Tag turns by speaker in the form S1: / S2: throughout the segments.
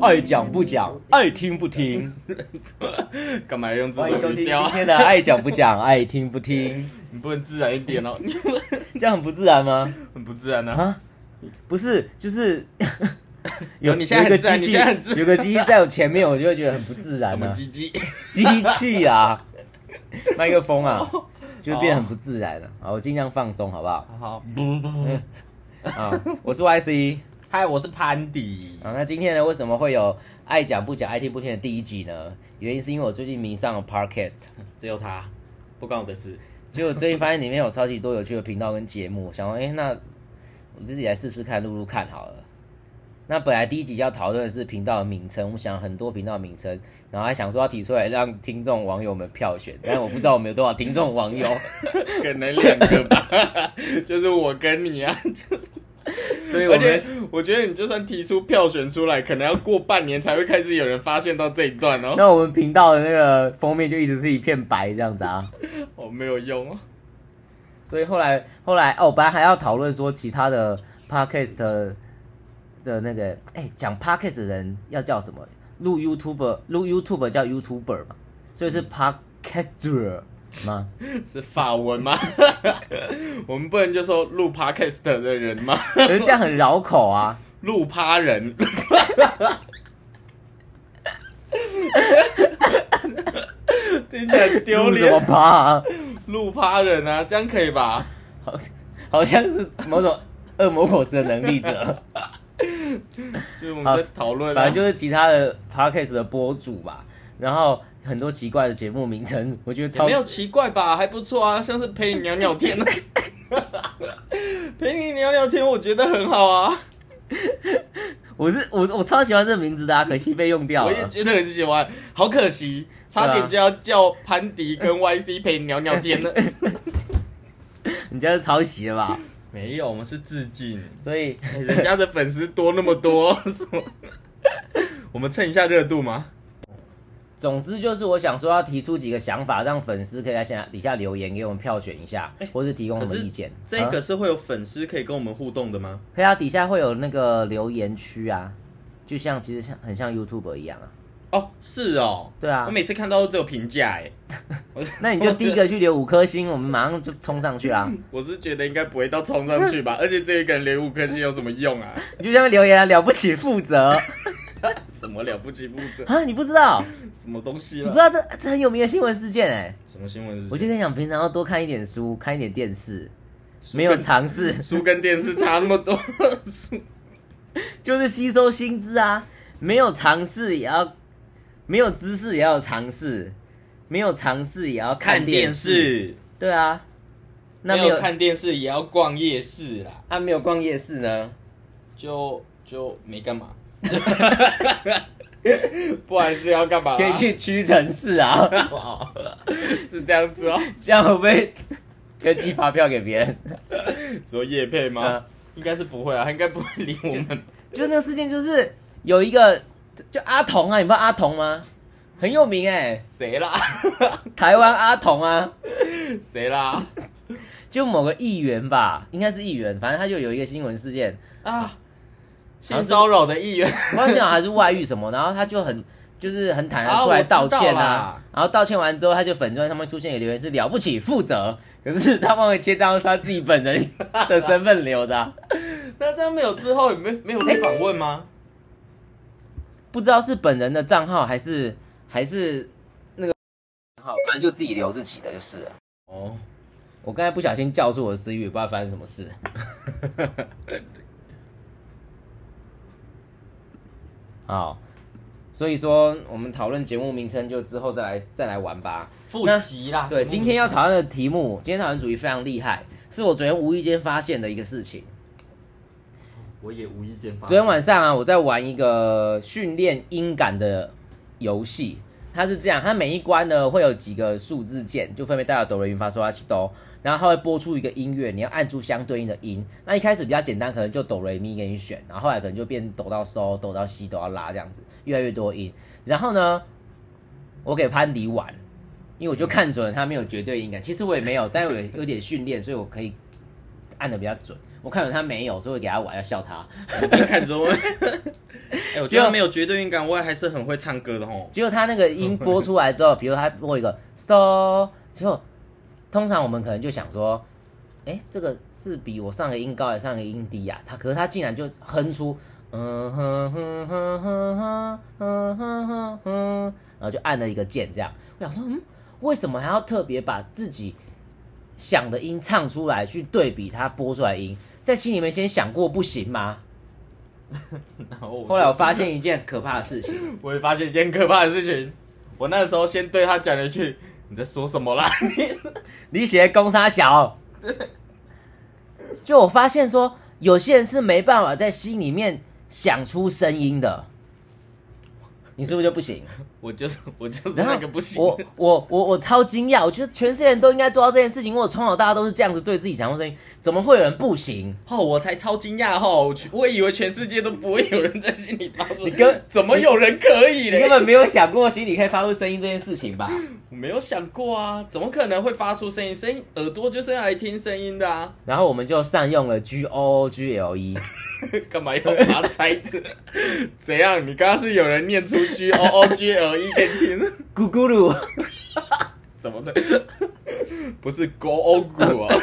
S1: 爱讲不讲，爱听不听。
S2: 干嘛用这
S1: 欢迎收
S2: 种
S1: 听今
S2: 语调？啊
S1: 天的爱讲不讲，爱听不听，
S2: 你不能自然一点 哦，
S1: 这样很不自然吗？
S2: 很不自然啊！
S1: 啊，不是，就是
S2: 有你现在
S1: 有一
S2: 很自
S1: 个
S2: 然
S1: 机
S2: 你
S1: 器
S2: 现在很自然
S1: 有个机器在我前面，我就会觉得很不自
S2: 什
S1: 然
S2: 么
S1: 啊，
S2: 鸡鸡？
S1: 机器 啊，麦克风啊，
S2: 哦
S1: 就会变得很不自然了。好，我尽量放松，好不好？
S2: 好，
S1: 啊，我是 YC
S2: 嗨，我是潘迪。
S1: 啊。那今天呢，为什么会有爱讲不讲、爱听不听的第一集呢？原因是因为我最近迷上了 Podcast。
S2: 只有他，不关我的事。
S1: 结果最近发现里面有超级多有趣的频道跟节目，想说，哎、那我自己来试试看，录录看好了。那本来第一集要讨论的是频道的名称，我们想很多频道的名称，然后还想说要提出来让听众网友们票选，但我不知道我们有多少听众网友，
S2: 可能两个吧， 就是我跟你啊。
S1: 所以我
S2: 而且
S1: 们
S2: 我觉得你就算提出票选出来，可能要过半年才会开始有人发现到这一段哦。
S1: 那我们频道的那个封面就一直是一片白这样子啊。
S2: 哦，没有用哦。
S1: 所以后来后来哦，本来还要讨论说其他的 podcast 的的那个，哎，讲 podcast 的人要叫什么？录 YouTube 录 YouTube 叫 YouTuber 嘛，所以是
S2: 嗯
S1: podcaster 吗？
S2: 是法文吗？ 我们不能就说录 podcast 的人吗？
S1: 可是这样很绕口啊。
S2: 录趴 人，听起来很丢
S1: 录什么
S2: 脸。
S1: 趴、啊？
S2: 录趴人啊，这样可以吧？
S1: 好，好像是某 种恶魔果实的能力
S2: 啊
S1: 者，
S2: 就是我们在讨论、啊，
S1: 反正就是其他的 podcast 的播主吧。然后很多奇怪的节目名称，我觉得
S2: 也
S1: 超
S2: 没有奇怪吧，还不错啊，像是陪你聊聊天， 陪你聊聊天，我觉得很好啊，
S1: 我是我我超喜欢这个名字的、啊，可惜被用掉
S2: 我
S1: 了。
S2: 也觉得很喜欢，好可惜，差点就要叫潘迪跟 YC 陪你聊聊天了。
S1: 人家是抄袭了吧？
S2: 没有，我们是致敬。
S1: 所以
S2: 欸人家的粉丝多那么多， 什么？我们蹭一下热度吗？
S1: 总之就是，我想说要提出几个想法，让粉丝可以在下底下留言给我们票选一下，或是提供什么意见。
S2: 哎这
S1: 啊
S2: 个是会有粉丝可以跟我们互动的吗？
S1: 可以啊，底下会有那个留言区啊，就像其实像很像 YouTube 一样啊。
S2: 哦，是哦，
S1: 对啊
S2: 我每次看到都只有评价，哎，我
S1: 那你就第一个去留五颗星，我们马上就冲上去 啊！
S2: 我是觉得应该不会到冲上去 吧，而且这一个人连五颗星有什么用啊？
S1: 你就这样留言啊，了不起负责
S2: 什么了不起不这
S1: 啊！你不知道，
S2: 什么东西
S1: 你不
S2: 了
S1: 知？道这这很有名的新闻事件哎、
S2: 什么新闻是？
S1: 我就跟你讲，平常要多看一点书，看一点电视，
S2: 书
S1: 没有
S2: 跟
S1: 尝试，
S2: 书跟电视差那么多，书
S1: 就是吸收新知啊，没有尝试也要，没有知识也要有尝试，没有尝试也要
S2: 看
S1: 电
S2: 电，视，
S1: 对啊，那
S2: 没
S1: 没有
S2: 有看电视也要逛夜市啦，
S1: 啊没有逛夜市呢，
S2: 就就没干 嘛。不然是要干嘛、
S1: 可以去屈臣氏 啊，
S2: 哇， 是这样子哦。
S1: 这样会不 会要寄发票给别人？
S2: 说叶配吗？
S1: 嗯
S2: 应该是不会啊，他应该不会理我们。
S1: 就那个事件就是有一个就阿童啊，你不知道阿童吗？很有名哎、
S2: 谁啦？
S1: 台湾阿童啊，
S2: 谁啦？
S1: 就某个议员吧，应该是议员，反正他就有一个新闻事件，
S2: 啊，性骚扰的议员。
S1: 我在想还是外遇什么，然后他就很就是很坦然出来道
S2: 啊我
S1: 歉
S2: 知道啦
S1: 啊，然后道歉完之后，他就粉钻上面出现一个留言是了不起负责，可是他忘了接账他自己本人的身份留的啊、
S2: 那这样没有之后，没没有被访问吗？
S1: 不知道是本人的账号还是还是那个账号，反正就自己留自己的就是了。
S2: 哦，
S1: 我刚才不小心叫出我的私语，不知道发生什么事。好，所以说我们讨论节目名称就之后再来再来玩吧。
S2: 复习啦。
S1: 对，今天要讨论的题目，今天讨论主题非常厉害，是我昨天无意间发现的一个事情。
S2: 我也无意间发
S1: 昨
S2: 现
S1: 天晚上啊，我在玩一个训练音感的游戏，它是这样，它每一关呢会有几个数字键，就分别代表哆来咪发嗦拉西哆，然后它会播出一个音乐，你要按出相对应的音。那一开始比较简单，可能就哆来咪给你选，然后后来可能就变哆到嗦、哆到西、哆到拉这样子，越来越多音。然后呢，我给潘迪玩，因为我就看准了他没有绝对音感，其实我也没有，但我有有点训练，所以我可以按的比较准。我看着他没有，所以我给他玩，要笑他。
S2: 我就 看中文。哎、我觉得没有绝对音感，我还是很会唱歌的哦 吼。
S1: 结果他那个音播出来之后，比如他播一个 so，结果通常我们可能就想说，哎，这个是比我上个音高还是上个音低呀、他可是他竟然就哼出，嗯哼哼哼哼哼哼哼哼哼，然后就按了一个键，这样我想说，嗯，为什么还要特别把自己想的音唱出来去对比他播出来的音？在心里面先想过不行吗？
S2: 然后
S1: 后来我发现一件可怕的事情，
S2: 我也发现一件可怕的事情，我那时候先对他讲了一句：“你在说什么啦？”
S1: 你写的攻杀小，就我发现说，有些人是没办法在心里面想出声音的，你是不是就不行？
S2: 我就是我就是
S1: 然后
S2: 那个不行。
S1: 我我我我超惊讶，我觉得全世界人都应该做到这件事情。我从小到大都是这样子对自己讲出声音，怎么会有人不行？
S2: 哦，我才超惊讶哦！我去我以为全世界都不会有人在心里发出，你
S1: 根
S2: 怎么有人可以
S1: 你
S2: 嘞
S1: 根？本没有想过心里可以发出声音这件事情 吧？
S2: 我没有想过啊，怎么可能会发出声音？声音耳朵就是用来听声音的啊，
S1: 然后我们就善用了 G O G L E，
S2: 干嘛要把它拆字？ 怎样？你刚刚是有人念出 G O O G L E 给你听
S1: 咕咕噜，
S2: 什么的？ 不是 Go O Go 啊？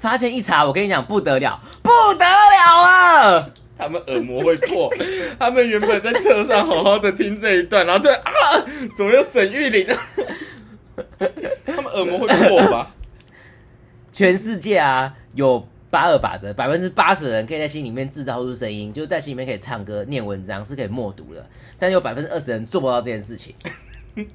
S1: 发现一查，我跟你讲不得了，不得了啊了。
S2: 他们耳膜会破。 他们原本在车上好好的听这一段，然后对啊，怎么有沈玉玲？ 他们耳膜会破吧？
S1: 全世界啊，有八二法则，百分之八十的人可以在心里面制造出声音，就是在心里面可以唱歌、念文章，是可以默读的。但有百分之二十人做不到这件事情。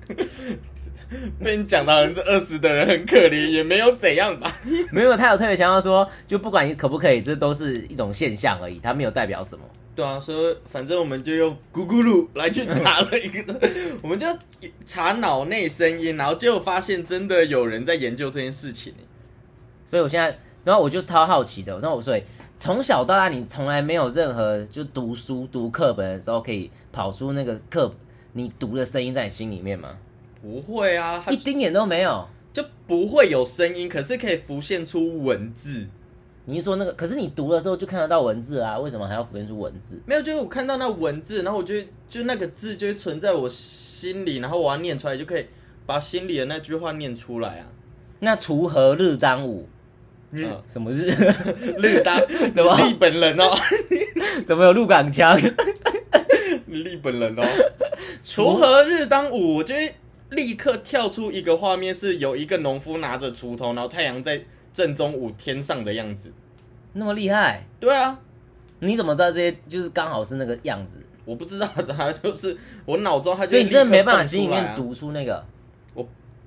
S2: 被你讲到人这二十的人很可怜，也没有怎样吧？
S1: 没有，他有特别强调说，就不管你可不可以，这都是一种现象而已，它没有代表什么。
S2: 对啊，所以反正我们就用咕咕噜来去查了一个，我们就查脑内声音，然后结果发现真的有人在研究这件事情。
S1: 所以我现在，然后我就超好奇的，然后我所以从小到大，你从来没有任何就读书读课本的时候可以跑出那个课你读的声音在你心里面吗？
S2: 不会啊，它
S1: 一丁点都没有。
S2: 就不会有声音，可是可以浮现出文字。
S1: 你是说那个？可是你读的时候就看得到文字啊，为什么还要浮现出文字？
S2: 没有，就是我看到那文字，然后我就就那个字就会存在我心里，然后我要念出来，就可以把心里的那句话念出来啊。
S1: 那锄禾日当午，嗯
S2: 日、
S1: 什么日？
S2: 日当
S1: 怎么
S2: 日本人哦，
S1: 怎么有鹿港腔？
S2: 日本人哦，锄禾日当午，我就会立刻跳出一个画面，是有一个农夫拿着锄头，然后太阳在正中午天上的样子。
S1: 那么厉害？
S2: 对啊，
S1: 你怎么知道这些就是刚好是那个样子？
S2: 我不知道， 他就是我脑中他就、
S1: 所以你真的没办法心里面
S2: 读。
S1: 读出那个。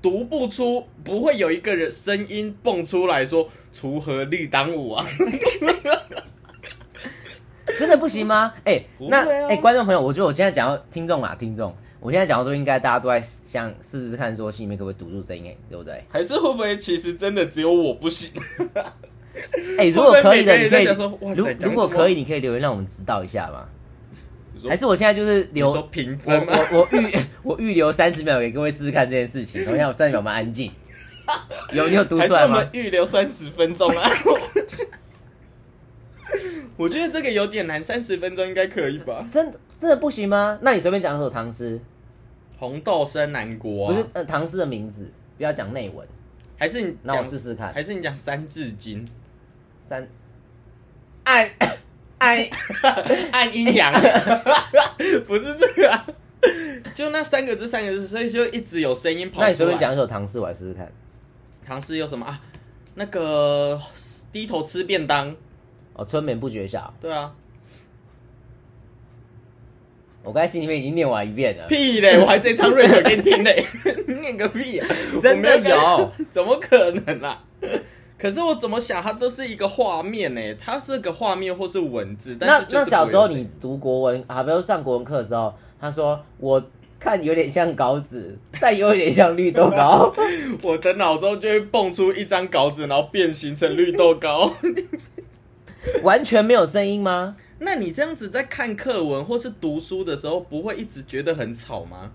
S2: 读不出，不会有一个人声音蹦出来说“锄禾日当午”啊，
S1: 真的不行 吗？哎、
S2: 不
S1: 那
S2: 会啊
S1: 哎、观众朋友，我觉得我现在讲到听众啊，听众，我现在讲到这，应该大家都在想试试看，说心里面可不可以读出声音、哎，对不 对？
S2: 还是会不会其实真的只有我不行？
S1: 哎、如果可以的，
S2: 会
S1: 你可
S2: 不会每
S1: 以
S2: 个人在想说哇塞讲什
S1: 如
S2: 么
S1: 如果可以，你可以留言让我们知道一下吗？
S2: 你说
S1: 还是我现在就是
S2: 你
S1: 留
S2: 说评
S1: 我
S2: 分吗？
S1: 我我预 我预留三十秒给各位试试看这件事情，等一下我三十秒我们安 静。有你有读
S2: 还
S1: 出
S2: 是
S1: 来
S2: 我
S1: 吗
S2: 们？预留三十分钟啊？ 我觉得这个有点难，三十分钟应该可以吧？
S1: 真真的不行吗？那你随便讲一首唐诗，
S2: 红豆生南国、
S1: 不
S2: 啊，
S1: 是呃唐诗的名字，不要讲内文。
S2: 还是你
S1: 那我
S2: 讲
S1: 试试看
S2: 还是你讲《三字经
S1: 三，爱爱》
S2: 按阴阳？ 不是这个、啊， 就那三个字，三个字，所以就一直有声音跑出来。
S1: 那你随便讲一首唐诗，我来试试看。
S2: 唐诗有什么啊？那个低头吃便当，
S1: 哦，春眠不觉晓，
S2: 对啊，
S1: 我刚才心里面已经念完一遍了。
S2: 屁嘞！我 还在唱 rap 给你听嘞， 念个屁、啊！我
S1: 真
S2: 没
S1: 的
S2: 跟
S1: 有，
S2: 怎么可能啊？可是我怎么想，它都是一个画面呢、它是个画面或是文字，但
S1: 那
S2: 是就是
S1: 那小时
S2: 不
S1: 候
S2: 会有
S1: 你读国文啊，比如上国文课的时候，他说我看有点像稿纸，但有点像绿 豆糕。
S2: 声音我的脑中就会蹦出一张稿纸，然后变形成绿豆糕。
S1: 完全没有声音吗？
S2: 那你这样子在看课文或是读书的时候，不会一直觉得很吵吗？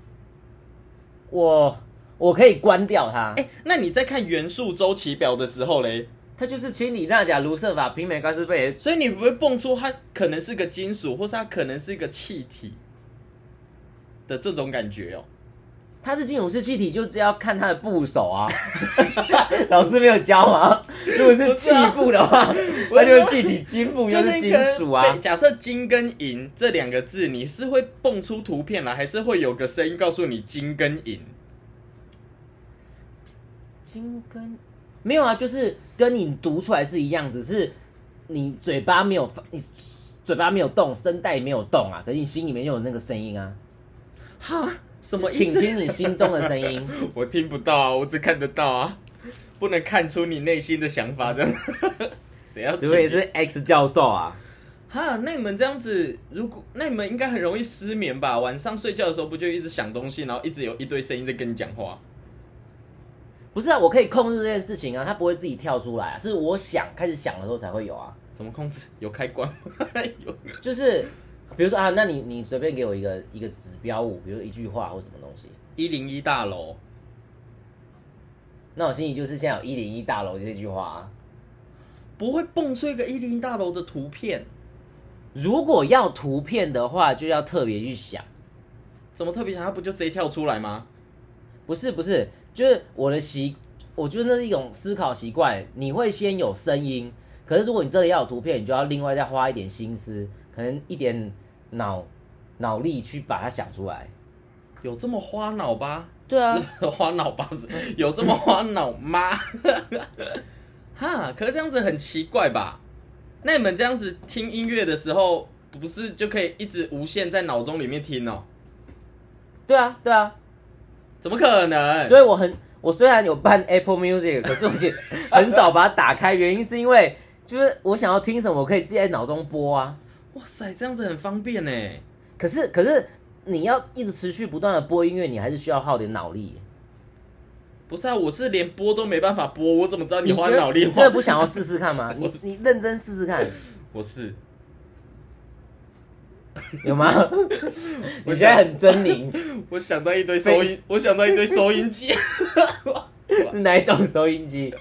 S1: 我我可以关掉它。
S2: 哎、那你在看元素周期表的时候嘞，
S1: 它就是氢锂钠钾卢瑟法平美高斯贝尔，
S2: 所以你不会蹦出它可能是个金属，或是它可能是一个气体的这种感觉哦。
S1: 它是金属式气体，就只要看它的部首 啊。老师没有教吗？如果是气部的话，
S2: 我
S1: 那
S2: 是
S1: 就
S2: 说
S1: 是气体；金部
S2: 就
S1: 就是哦是
S2: 你
S1: 金
S2: 可能
S1: 属啊。
S2: 对假设金跟银这两个字，你是会蹦出图片来，还是会有个声音告诉你金跟银？
S1: 金跟没有啊，就是跟你读出来是一样，只是你嘴巴没有发，你嘴巴没有动，声带没有动啊，可是你心里面就有那个声音啊，
S2: 哈，什么意
S1: 请
S2: 思？
S1: 听你心中的声 音。
S2: 我听不到啊，我只看得到啊，不能看出你内心的想法，这样。 谁要
S1: 除非
S2: 请你
S1: 是 X 教授啊，
S2: 哈，那你们这样子，如果那你们应该很容易失眠吧？晚上睡觉的时候不就一直想东西，然后一直有一堆声音在跟你讲话？
S1: 不是啊，我可以控制这件事情啊，它不会自己跳出来、啊，是我想开始想的时候才会有啊。
S2: 怎么控制？有开关吗？ 有。
S1: 就是比如说啊，那你你随便给我一个一个指标物，比如一句话或什么东西，
S2: 一零一大楼，
S1: 那我心里就是现在有一零一大楼这句话、啊。
S2: 不会蹦出一个一零一大楼的图片，
S1: 如果要图片的话，就要特别去想。
S2: 怎么特别想？它不就直接跳出来吗？
S1: 不是不是，就是我的习，我觉得那是一种思考习惯。你会先有声音，可是如果你真的要有图片，你就要另外再花一点心思，可能一点脑脑力去把它想出来。
S2: 有这么花脑吧？
S1: 对啊，
S2: 花脑吧是有这么花脑吗？ 哈，可是这样子很奇怪吧？那你们这样子听音乐的时候，不是就可以一直无限在脑中里面听哦？
S1: 对啊，对啊。
S2: 怎么可能？
S1: 所以我很，我虽然有办 Apple Music，可是我也很少把它打开，原因是因为就是我想要听什么，我可以自己在脑中播啊。
S2: 哇塞，这样子很方便欸呢。
S1: 可是可是你要一直持续不断的播音乐，你还是需要耗点脑力。
S2: 不是啊，我是连播都没办法播，我怎么知道你花
S1: 真的
S2: 脑力
S1: 你
S2: 花？
S1: 真的不想要试试看吗？你
S2: 我是
S1: 你认真试试看，
S2: 我是
S1: 有吗？
S2: 我
S1: 你现在
S2: 想
S1: 很狰狞，
S2: 我想到一堆收音，我想到一堆收音机。
S1: 是哪一种收音机？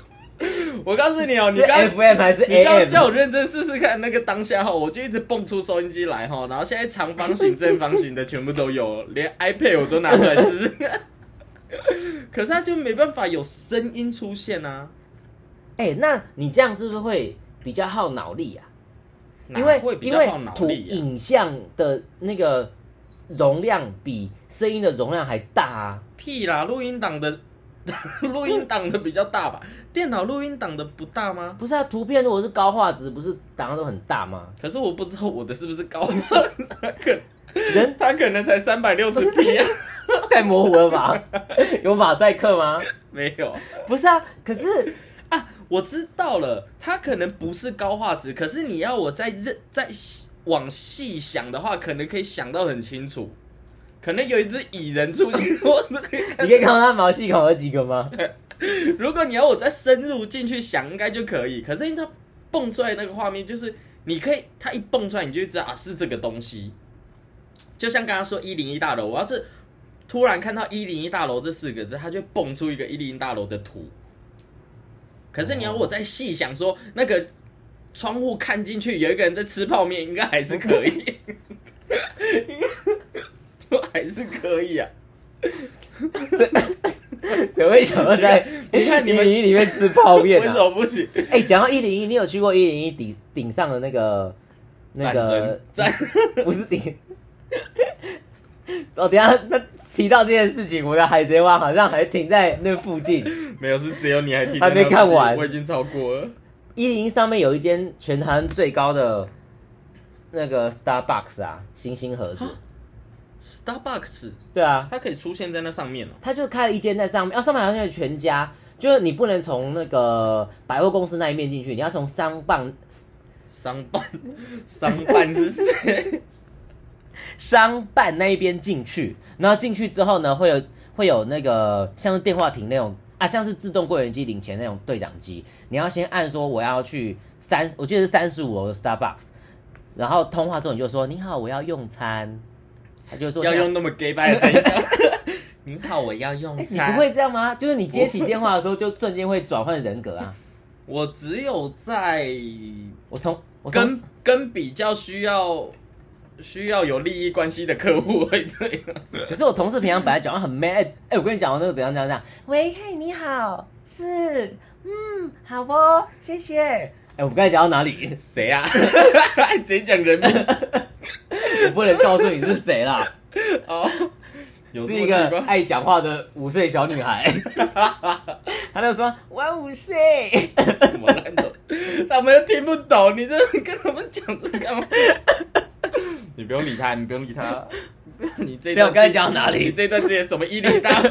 S2: 我告诉你哦，你
S1: 是
S2: 刚
S1: FM 还是
S2: 你刚刚
S1: AM？
S2: 叫我认真试试看那个当下哈，我就一直蹦出收音机来哈，然后现在长方形、正方形的全部都有，连 iPad 我都拿出来试 试看。可是它就没办法有声音出现啊，
S1: 哎、那你这样是不是会比较耗脑力啊？
S2: 哪
S1: 因为
S2: 会比
S1: 因
S2: 较
S1: 为
S2: 耗脑
S1: 图
S2: 力、啊。
S1: 影像的那个容量比声音的容量还大啊。
S2: 屁啦，录音档的 录音档的比较大吧？电脑录音档的不大吗？
S1: 不是啊，图片如果是高画质，不是档案都很大 吗？
S2: 可是我不知道我的是不是高， 它可
S1: 人
S2: 它可能才三百 六十 P 啊，
S1: 太模糊了 吧？有马赛克吗？
S2: 没有。
S1: 不是啊，可是
S2: 啊，我知道了，它可能不是高画质，可是你要我再认再细往细想的话，可能可以想到很清楚。可能有一只蚁人出现， 我都可以看
S1: 你可以看到它毛细孔有几个 吗？
S2: 如果你要我再深入进去想，应该就可以。可是因为它蹦出来那个画面，就是你可以，它一蹦出来你就知道啊是这个东西。就像刚刚说一零一大楼，我要是突然看到一零一大楼这四个字，它就蹦出一个一零一大楼的图。可是你要我再细想说，那个窗户看进去有一个人在吃泡面，应该还是可以，
S1: 哦
S2: 就还是可以啊。
S1: 谁会想要在
S2: 你看你
S1: 一
S2: 们
S1: 零一里面吃泡
S2: 为
S1: 面
S2: 什
S1: 啊？
S2: 么不行？
S1: 哎，讲到一零一，你有去过一零一顶顶上的那个那
S2: 战
S1: 个
S2: 争战
S1: 不是顶？哦，等一下那提到这件事情，我的海贼王好像还停在那附近。
S2: 没有，是只有你还听，
S1: 还没看完
S2: 我已经超过了。
S1: 一零一上面有一间全台湾最高的那个 Starbucks 啊，星星盒子。
S2: Starbucks
S1: 对啊，
S2: 它可以出现在那上面哦了、
S1: 他就开了一间在上面，啊，上面好像有全家，就是你不能从那个百货公司那一面进去，你要从商办
S2: 商 办，商办是谁？
S1: 商办那一边进去，然后进去之后呢，会有会有那个像是电话亭那种啊，像是自动柜员机领钱那种对讲机，你要先按说我要去三，我记得是三十五楼的 Starbucks，然后通话之后你就说你好，我要用餐，他就说
S2: 要
S1: 现在
S2: 用那么 gay bye 的声音。您好，我要用
S1: 哎你不会这样吗？就是你接起电话的时候，就瞬间会转换人格啊。
S2: 我只有在
S1: 我从我从
S2: 跟跟比较需要需要有利益关系的客户会这 样。
S1: 可是我同事平常本来讲话很 man，哎、哎我跟你讲，我那个怎样怎样怎样。喂，嘿，你好，是，嗯，好哦，谢谢。哎、我们刚才讲到哪里？
S2: 谁啊？直接讲人名
S1: 我不能告诉你是谁啦，
S2: 哦， 有
S1: 是
S2: 这
S1: 一
S2: 么奇
S1: 个
S2: 怪？
S1: 爱讲话的五岁小女孩。 她就说我五岁，
S2: 什么烂种？ 他们又听不懂，你这你跟他们讲这干嘛？ 你不用理他，你不用理他。你这一段
S1: 没有刚才讲到哪里
S2: 你这一段直接什么伊犁 大？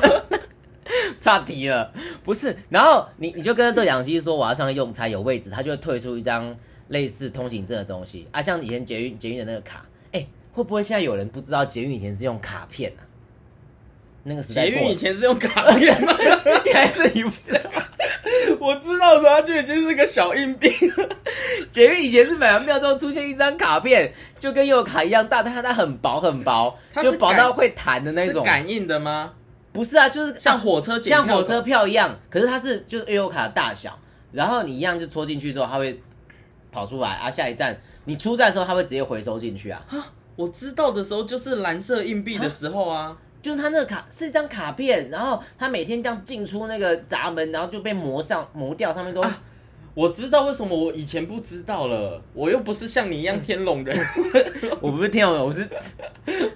S1: 差题了。不是，然后你你就跟对讲机说我要上去用餐有位置，他就会退出一张类似通行证的东西啊，像以前捷运捷运的那个卡，哎、会不会现在有人不知道捷运以前是用卡片啊？那个时代
S2: 捷
S1: 过
S2: 运
S1: 了
S2: 以前是用卡片吗？
S1: 还是你不知道？
S2: 我知道的时候，它就已经是个小硬 币了。
S1: 捷运以前是买完票之后出现一张卡片，就跟悠游卡一样大，但它它很薄很薄，
S2: 它是
S1: 就薄到会弹的那
S2: 是
S1: 种。
S2: 感应的吗？
S1: 不是啊，就是
S2: 像火车检票
S1: 像
S2: 口
S1: 火车票一样，可是它是就是悠游卡的大小，然后你一样就戳进去之后，它会跑出来啊。下一站你出站的时候，它会直接回收进去啊。
S2: 我知道的时候就是蓝色硬币的时候啊，
S1: 就是它那个卡是一张卡片，然后它每天这样进出那个闸门，然后就被磨上磨掉，上面都、
S2: 啊我知道为什么我以前不知道了，我又不是像你一样天龙人，
S1: 我不是天龙人，我是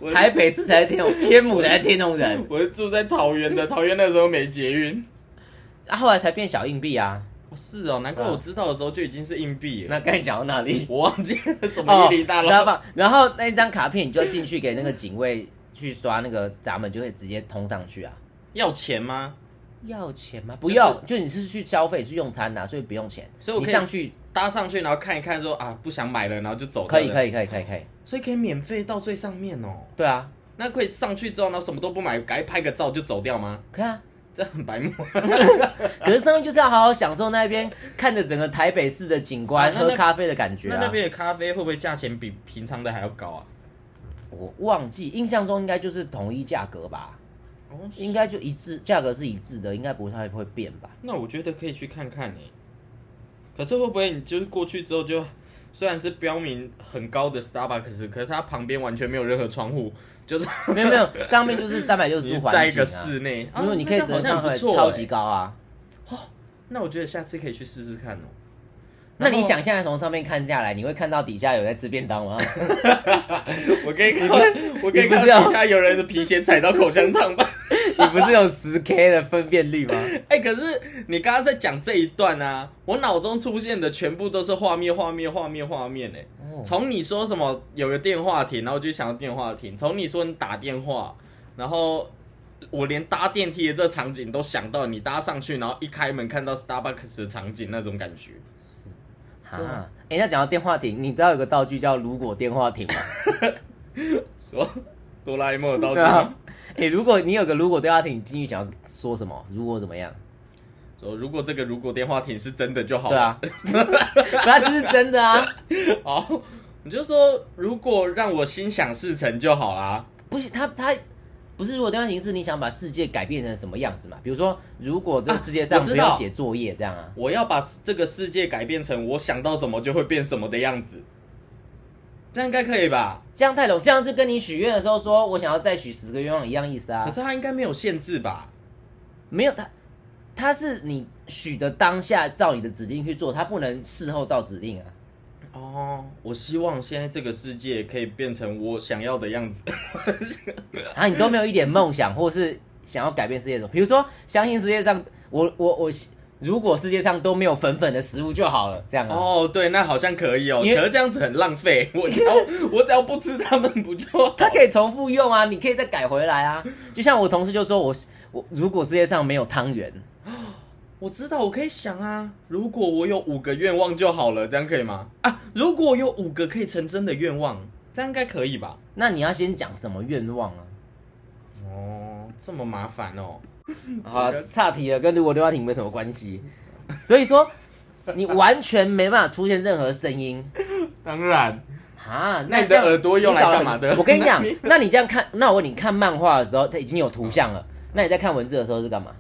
S2: 我
S1: 台北市才是天龙，天母才是天龙人。
S2: 我是住在桃园的，桃园那时候没捷运。
S1: 啊，后来才变小硬币啊。
S2: 哦是哦，难怪
S1: 啊
S2: 我知道的时候就已经是硬币了，
S1: 那刚才讲到哪里？哦
S2: 我忘记了什么伊犁大
S1: 然
S2: 楼。
S1: 后然后那一张卡片你就要进去给那个警卫去刷那个闸门，就会直接通上去啊。
S2: 要钱吗？
S1: 要钱吗？不要，就你是去消费，是用餐的啊、所以不用钱。
S2: 所以我
S1: 你
S2: 可以
S1: 上去
S2: 搭上去然后看一看说啊不想买了，然后就走。
S1: 可以，
S2: 以，
S1: 可以，可以，可以，可以。
S2: 所以可以免费到最上面哦。
S1: 对啊，
S2: 那可以上去之后，然后什么都不买，赶快拍个照就走掉吗？
S1: 可以 啊。
S2: 这很白目。
S1: 可是上面就是要好好享受那边看着整个台北市的景观，
S2: 啊那那
S1: 喝咖啡的感觉
S2: 那
S1: 啊。
S2: 那边的咖啡会不会价钱比平常的还要高啊？
S1: 我忘记，印象中应该就是统一价格吧，
S2: 哦，
S1: 应该就一致，价格是一致的，应该不太会变吧。
S2: 那我觉得可以去看看呢、可是会不会你就是过去之后就，虽然是标明很高的 Starbucks，可是它旁边完全没有任何窗户，就是
S1: 没有没 有，上面就是三百六十
S2: 你
S1: 度环境啊。
S2: 在一个室内，啊
S1: 因为你可以
S2: 那
S1: 只
S2: 这
S1: 能
S2: 样好像
S1: 上
S2: 很
S1: 来
S2: 不错、
S1: 超级
S2: 欸。
S1: 高啊。
S2: 那我觉得下次可以去试试看哦、
S1: 那你
S2: 然后
S1: 想象在从上面看下来，你会看到底下有在吃便当 吗？
S2: 我可以看，我可
S1: 可
S2: 以
S1: 以
S2: 看
S1: 看
S2: 到
S1: 到
S2: 底
S1: 底
S2: 下有人的皮鞋踩到口香糖吧？
S1: 你不是有十 K 的分辨率吗？
S2: 哎、可是你刚刚在讲这一段啊，我脑中出现的全部都是画面，画面，画面，画面、欸，
S1: 哦
S2: 从你说什么有个电话亭，然后我就想到电话亭。从你说你打电话，然后我连搭电梯的这场景都想到，你搭上去，然后一开门看到 Starbucks 的场景那种感觉。
S1: 啊，哎、那讲到电话亭，你知道有个道具叫如果电话亭吗？
S2: 说哆啦 A 梦的道具
S1: 对啊
S2: 吗，。
S1: 哎、如果你有个如果电话亭，你进去想要说什么？如果怎么样？
S2: 说如果这个如果电话亭是真的就好
S1: 对
S2: 了。
S1: 啊， 那就是真的啊。
S2: 好，你就说如果让我心想事成就好啦。
S1: 不是他他不是如果电话亭是你想把世界改变成什么样子嘛？比如说，如果这个世界
S2: 啊
S1: 上
S2: 我知
S1: 不
S2: 道
S1: 用写作业这样啊，
S2: 我要把这个世界改变成我想到什么就会变什么的样子，这样应该可以吧？
S1: 这样太笼，这样就跟你许愿的时候说我想要再许十个愿望一样意思啊。
S2: 可是它应该没有限制吧？
S1: 没有他，他是你许的当下照你的指令去做，他不能事后照指令啊。
S2: 哦，我希望现在这个世界可以变成我想要的样子。
S1: 啊，你都没有一点梦想，或是想要改变世界的，比如说相信世界上，我我我，如果世界上都没有粉粉的食物就好了，这样啊。
S2: 哦，对，那好像可以哦。
S1: 因为
S2: 可是这样子很浪费，我只要 我只要不吃它们不就好？
S1: 它可以重复用啊，你可以再改回来啊。就像我同事就说我我如果世界上没有汤圆，
S2: 我知道，我可以想啊。如果我有五个愿望就好了，这样可以吗？啊，如果有五个可以成真的愿望，这样应该可以吧？
S1: 那你要先讲什么愿望啊？
S2: 哦，这么麻烦哦。
S1: 好了，岔题了，跟如果对话亭没什么关系。所以说，你完全没办法出现任何声音。
S2: 当然，
S1: 啊，
S2: 那你
S1: 这
S2: 的
S1: 样
S2: 耳朵用来干嘛的
S1: 你少了我跟你 讲，那你这样看，那我问你看漫画的时候，它已经有图像了，那你在看文字的时候是干嘛？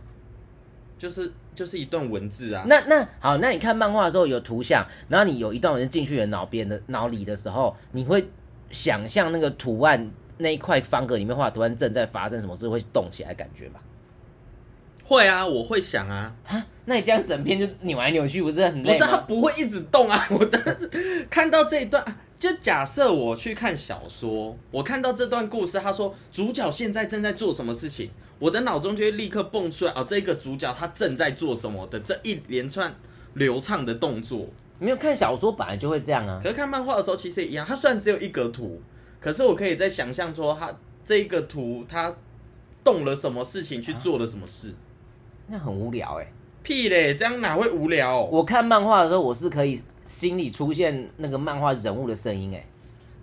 S2: 就是就是一段文字啊。
S1: 那那好，那你看漫画的时候有图像，然后你有一段文字进去你的脑边的脑里的时候，你会想象那个图案那一块方格里面画的图案正在发生什么事会动起来的感觉吧？
S2: 会啊，我会想啊，
S1: 啊，那你这样整篇就扭来扭去，不是很
S2: 不
S1: 累
S2: 是它
S1: 吗？
S2: 不会一直动啊。 我当时看到这一段，就假设我去看小说，我看到这段故事，他说主角现在正在做什么事情，我的脑中就会立刻蹦出来哦，这个主角他正在做什么的这一连串流畅的动作。
S1: 没有看小说本来就会这样啊。
S2: 可是看漫画的时候其实也一样，它虽然只有一格图，可是我可以在想象说它这个图它动了什么事情
S1: 啊
S2: 去做了什么事。
S1: 那很无聊哎、
S2: 屁嘞，这样哪会无聊、
S1: 我看漫画的时候，我是可以心里出现那个漫画人物的声音哎、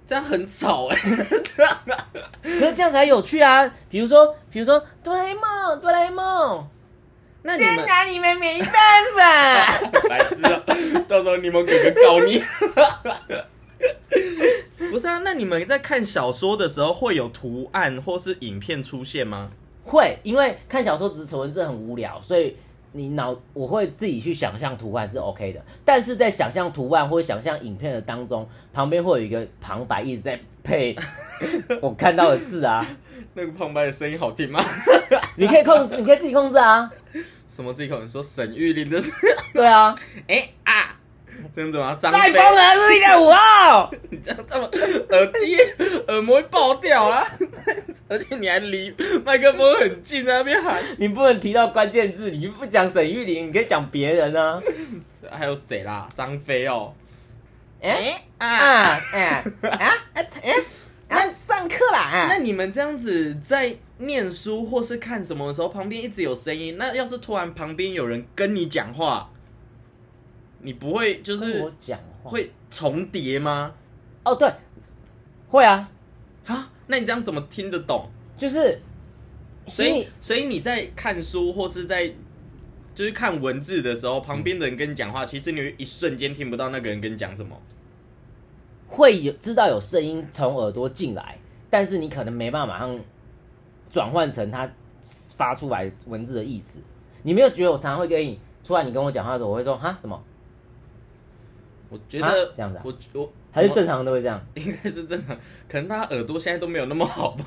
S2: 这样很吵哎、
S1: 可是这样才有趣啊！比如说，比如说哆啦 A 梦，哆啦 A 梦，
S2: 那你
S1: 真
S2: 们
S1: 拿你们没办法。
S2: 白痴啊！到时候柠檬哥哥告你。 不是啊，那你们在看小说的时候会有图案或是影片出现吗？
S1: 会，因为看小说只是文字很无聊，所以你脑我会自己去想象图案是 OK 的，但是在想象图案或者想象影片的当中，旁边会有一个旁白一直在 配我看到的字啊，
S2: 那个旁白的声音好听吗？
S1: 你可以控制，你可以自己控制啊，
S2: 什么这一口你说沈玉琳的声？
S1: 对啊，
S2: 哎、啊，这样子吗？张
S1: 在
S2: 飞。
S1: 风人是力量五号，
S2: 你 这样这么耳机耳膜会爆掉 啊！而且你还离麦克风很近，在那边喊。
S1: 你不能提到关键字，你不讲沈玉琳，你可以讲别人 啊，
S2: 还有谁啦？张飞哦。
S1: 哎、啊
S2: 啊！
S1: 啊哎啊哎哎，啊上课啦啊
S2: 那你们这样子在念书或是看什么的时候，旁边一直有声音，那要是突然旁边有人跟你讲话，你不会就
S1: 跟我
S2: 是
S1: 讲话
S2: 会重叠吗？
S1: 哦对，会啊。
S2: 啊？那你这样怎么听得懂？
S1: 就是，所
S2: 所以
S1: 以，
S2: 所以你在看书或是在就是看文字的时候，旁边的人跟你讲话，其实你会一瞬间听不到那个人跟你讲什么。
S1: 会有知道有声音从耳朵进来，但是你可能没办法马上转换成它发出来文字的意思。你没有觉得我常常会跟你，突然你跟我讲话的时候，我会说哈什么，
S2: 我觉
S1: 啊
S2: 得
S1: 这样子啊
S2: 我我
S1: 还是
S2: 怎么
S1: 正常人都会这样。
S2: 应该是正常，可能他耳朵现在都没有那么好吧，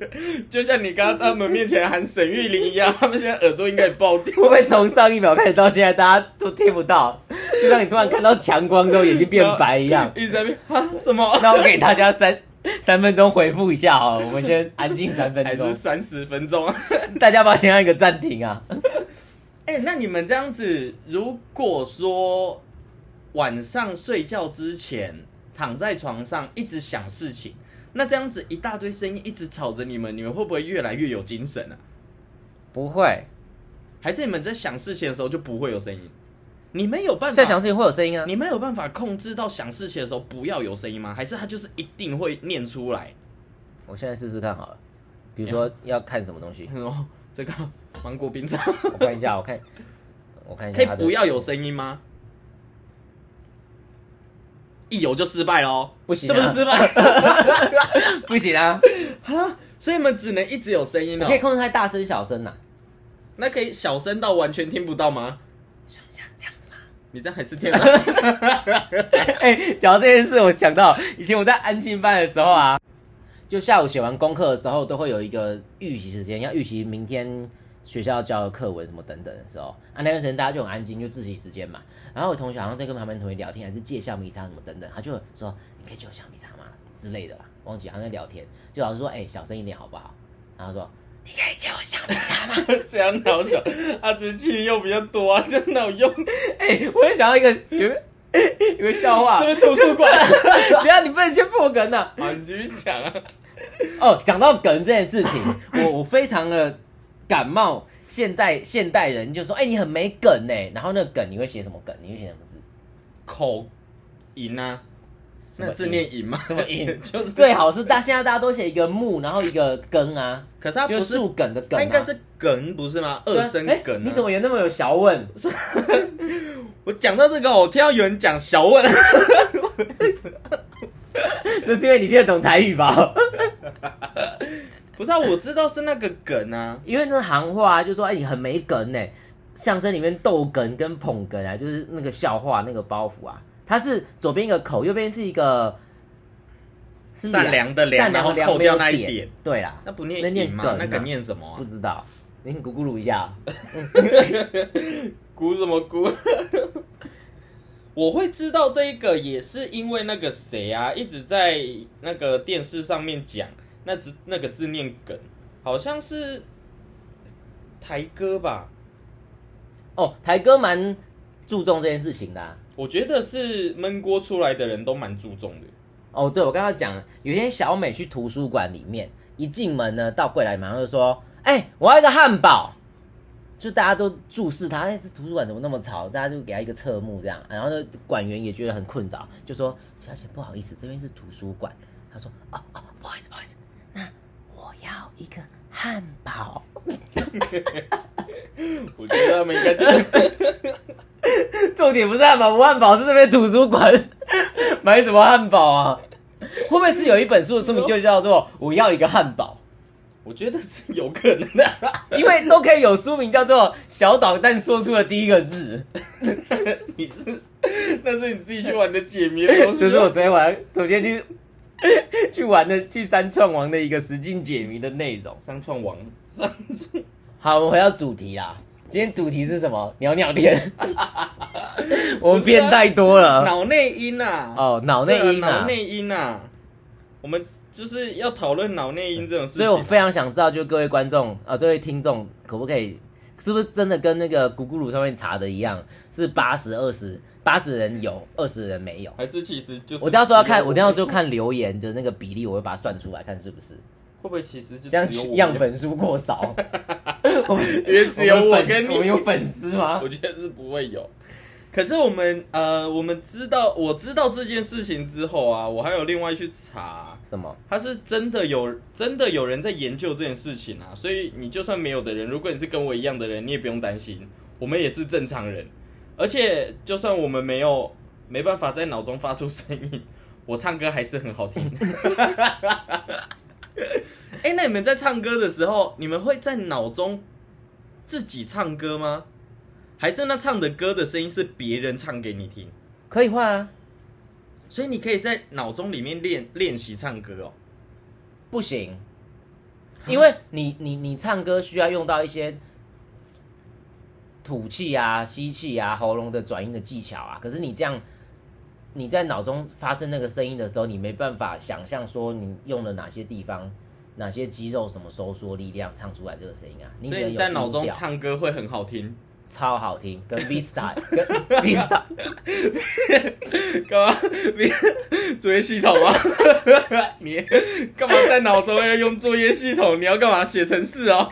S2: 就像你刚刚在他们面前喊沈玉琳一 样，他们现在耳朵应该也爆掉
S1: 会，不会从上一秒开始到现在，大家都听不到？就像你突然看到强光之后眼睛变白一样。
S2: 一直在那边啊 什么，
S1: 那我给大家三三分钟回复一下哦，我们先安静三分
S2: 还
S1: 钟
S2: 是，三十分钟。啊
S1: 大家把先按一个暂停啊。
S2: 哎、那你们这样子，如果说晚上睡觉之前躺在床上一直想事情，那这样子一大堆声音一直吵着你们，你们会不会越来越有精神啊？
S1: 不会，
S2: 还是你们在想事情的时候就不会有声音？你们有办法
S1: 在想事情会有声音啊。
S2: 你们有办法控制到想事情的时候不要有声音吗？还是他就是一定会念出来？
S1: 我现在试试看好了。比如说要看什么东西，
S2: 哦，这个芒果 冰茶
S1: 我看一下，我看，我看一
S2: 可
S1: 下
S2: 以
S1: 它的。
S2: 不要有声音吗？一有就失败喽，
S1: 不行
S2: 是
S1: 啊
S2: 不是失败？
S1: 不行 啊！
S2: 所以你们只能一直有声音
S1: 你
S2: 哦
S1: 可以。控制它大声小声呐、
S2: 那可以小声到完全听不到吗？
S1: 像这样子吗？
S2: 你这样还是听得到？
S1: 哎、讲到这件事，我想到以前我在安静班的时候啊，就下午写完功课的时候，都会有一个预习时间，要预习明天学校要教的课文什么等等的时候，啊，那段时间大家就很安静，就自习时间嘛。然后我同学好像在跟旁边同学聊天，还是借橡皮擦什么等等，他就说：“你可以借我橡皮擦吗？”之类的啦，忘记好像在聊天。就老师说：“哎、小声一点好不好？”然后说：“你可以借我橡皮擦吗
S2: 这样好小，他只是气又比较多啊，这样哪有用？是？”
S1: 哎、我很想要一个有 个有个笑话
S2: 不，啊是图 书馆？
S1: 等一下你不能先破梗啊！
S2: 好，你继续讲啊。
S1: 哦，讲到梗这件事 情，我我非常的感冒。现代现代人就说：“哎、你很没梗呢。”然后那个梗你会写什么梗？你会写什么字？
S2: 口赢啊，
S1: 什么
S2: 那字念 赢吗？
S1: 什么赢
S2: 就是
S1: 最。好是大现在大家都写一个木，然后一个根啊，
S2: 可是它
S1: 就
S2: 不
S1: 是
S2: 是，
S1: 树梗的梗、
S2: 它
S1: 啊。
S2: 应该是梗不是吗？
S1: 对啊
S2: 二声
S1: 哎
S2: 梗啊。
S1: 你怎么有那么有小问？
S2: 我讲到这个，我听到有人讲小问，
S1: 那是因为你听得懂台语吧？
S2: 不是啊，我知道是那个梗啊。
S1: 因为那行话就说：“哎、你很没梗呢。”相声里面逗哏跟捧哏啊，就是那个笑话那个包袱啊，它是左边一个口，右边是一个是
S2: 善良的良
S1: 善良的
S2: 然后扣掉那一
S1: 没有
S2: 点
S1: 点，对啦，
S2: 那不
S1: 那
S2: 念
S1: 念
S2: 影吗
S1: 梗？
S2: 那
S1: 啊
S2: 梗念什么啊
S1: 不？知道，你咕咕噜一下，哦
S2: 鼓什么鼓？ 我会知道这一个，也是因为那个谁啊，一直在那个电视上面讲那只那个字念梗，好像是台哥吧？
S1: 哦，台哥蛮注重这件事情的啊、
S2: 我觉得是焖锅出来的人都蛮注重的。
S1: 哦，对，我刚刚讲了，有一天小美去图书馆里面，一进门呢，到柜台马上就说：“哎、我要一个汉堡。”就大家都注视他，哎、这图书馆怎么那么吵？大家就给他一个侧目这样，然后呢，馆员也觉得很困扰，就说：“小姐，不好意思，这边是图书馆。”他说：“哦哦，不好意思，不好意思，那我要一个汉堡。”
S2: 我觉得他们应该就是
S1: 重点不是汉堡不汉堡，是这边图书馆 买什么汉堡啊？会不会是有一本书的书名就叫做《我要一个汉堡》？
S2: 我觉得是有可能的、
S1: 因为都可以有书名叫做“小捣蛋说出的第一个字
S2: 你是那是你自己去玩的解谜的东”，西。
S1: 就是我昨天晚上昨天去 去玩的去三创王的一个实境解谜的内容。
S2: 三创王，三创
S1: 好，我们回到主题啦。今天主题是什么？鸟鸟 天，我们变太多了。
S2: 脑内因啊！
S1: 哦，脑内
S2: 对啊
S1: 因
S2: 脑
S1: 啊，
S2: 内因啊，我们就是要讨论脑内因这种事
S1: 所
S2: 情。
S1: 以我非常想知道，就各位观众啊、这位听众，可不可以，是不是真的跟那个咕咕噜上面查的一样，是八十二十，八十人有，二十人没有？
S2: 还是其实就是
S1: 我到时候要看，我
S2: 只
S1: 到
S2: 有
S1: 时候就看留言的那个比例，我会把它算出来，看是不是
S2: 会不会其实就
S1: 这样
S2: 只有我
S1: 样，本数过 少。我们
S2: 因为只有
S1: 我
S2: 我
S1: 们粉
S2: 跟
S1: 我们
S2: 你，
S1: 有粉丝吗？
S2: 我觉得是不会有。可是我们呃，我们知道我知道这件事情之后啊，我还有另外去查，
S1: 什么？
S2: 他是真的有真的有人在研究这件事情啊，所以你就算没有的人，如果你是跟我一样的人，你也不用担心，我们也是正常人。而且就算我们没有没办法在脑中发出声音，我唱歌还是很好听。哎、那你们在唱歌的时候，你们会在脑中自己唱歌吗？还是那唱的歌的声音是别人唱给你听？
S1: 可以换啊？
S2: 所以你可以在脑中里面练练习唱歌哦。
S1: 不行，
S2: 啊
S1: 因为你你你唱歌需要用到一些吐气啊、吸气啊、喉咙的转音的技巧啊。可是你这样，你在脑中发生那个声音的时候，你没办法想象说你用了哪些地方、哪些肌肉什么收缩力量唱出来这个声音啊。你
S2: 所
S1: 只能
S2: 以你
S1: 有
S2: 在脑中
S1: 音调
S2: 唱歌会很好听，
S1: 超好听，跟 Vista 跟 Vista
S2: 干嘛？你作业系统吗？ 你干嘛在脑中要用作业系统？你要干嘛？写程式哦？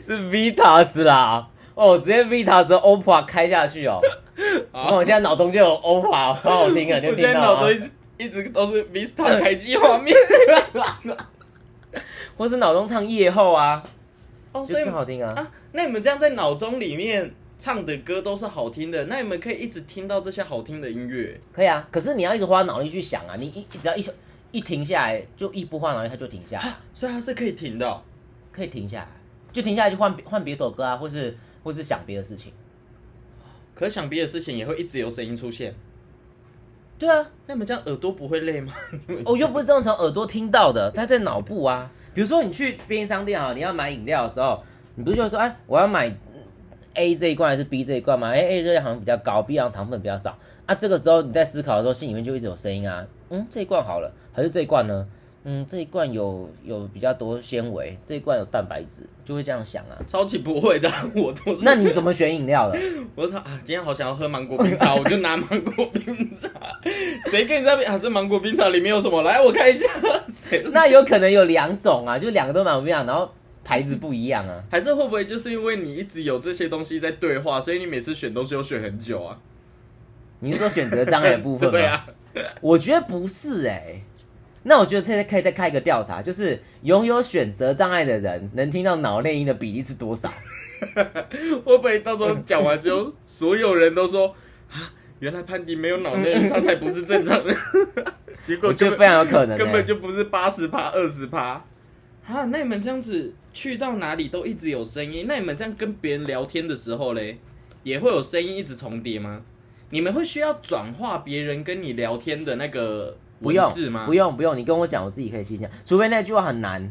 S1: 是 Vitas 啦。哦，直接 Vitas 和 OPRA 开下去哦。
S2: 好
S1: 你看我现在脑中就有 OPRA，超好听啊！嗯你
S2: 我
S1: 有
S2: 现
S1: 听
S2: 在
S1: 到
S2: 脑中
S1: 吗
S2: 一？直一直都是 Vista 开机画面。
S1: 或是脑中唱夜后啊，
S2: 哦，
S1: 就
S2: 所以
S1: 正好听啊。
S2: 啊，那你们这样在脑中里面唱的歌都是好听的，那你们可以一直听到这些好听的音乐。
S1: 可以啊，可是你要一直花脑力去想啊，你一只要一一停下来，就一不花脑力，它就停下来，
S2: 啊所以它是可以停的哦、
S1: 可以停下来，就停下来就换别换别首歌啊，或是或是想别的事情。
S2: 可是想别的事情也会一直有声音出现。
S1: 对啊，
S2: 那你们这样耳朵不会累吗？ 你们
S1: 哦，又不是用从耳朵听到的，它在脑部啊。比如说你去便利商店啊，你要买饮料的时候，你不是就会说，哎，我要买 A 这一罐还是 B 这一罐吗？哎，A 热量好像比较高，B 好像糖分比较少。啊，这个时候你在思考的时候，心里面就一直有声音啊，嗯，这一罐好了，还是这一罐呢？嗯，这一罐有有比较多纤维，这一罐有蛋白质，就会这样 想啊。
S2: 超级不会的，我都是
S1: 那你怎么选饮料的？
S2: 我就说啊，今天好想要喝芒果 冰茶，我就拿芒果冰茶。 谁跟你在那边啊？这芒果冰茶里面有什么？来，我看一下。 谁？
S1: 那有可能有两种啊，就两个都蛮不一样，然后牌子不一样啊。
S2: 还是会不会就是因为你一直有这些东西在对话，所以你每次选东西都选很久啊？
S1: 你是说选择障碍的部分吗？
S2: 对啊，
S1: 我觉得不是哎、那我觉得现在可以再开一个调查，就是拥有选择障碍的人能听到脑内音的比例是多少？
S2: 会不会到时候讲完就所有人都说啊，原来潘迪没有脑内因，他才不是正常人。结果
S1: 我觉
S2: 根
S1: 得非
S2: 本
S1: 常有可能、欸，
S2: 根本就不是八十趴、二十趴。啊，那你们这样子去到哪里都一直有声音，那你们这样跟别人聊天的时候嘞，也会有声音一直重叠吗？你们会需要转化别人跟你聊天的那个
S1: 不
S2: 文
S1: 用
S2: 字吗？
S1: 不用不用，你跟我讲，我自己可以细想。除非那句话很难，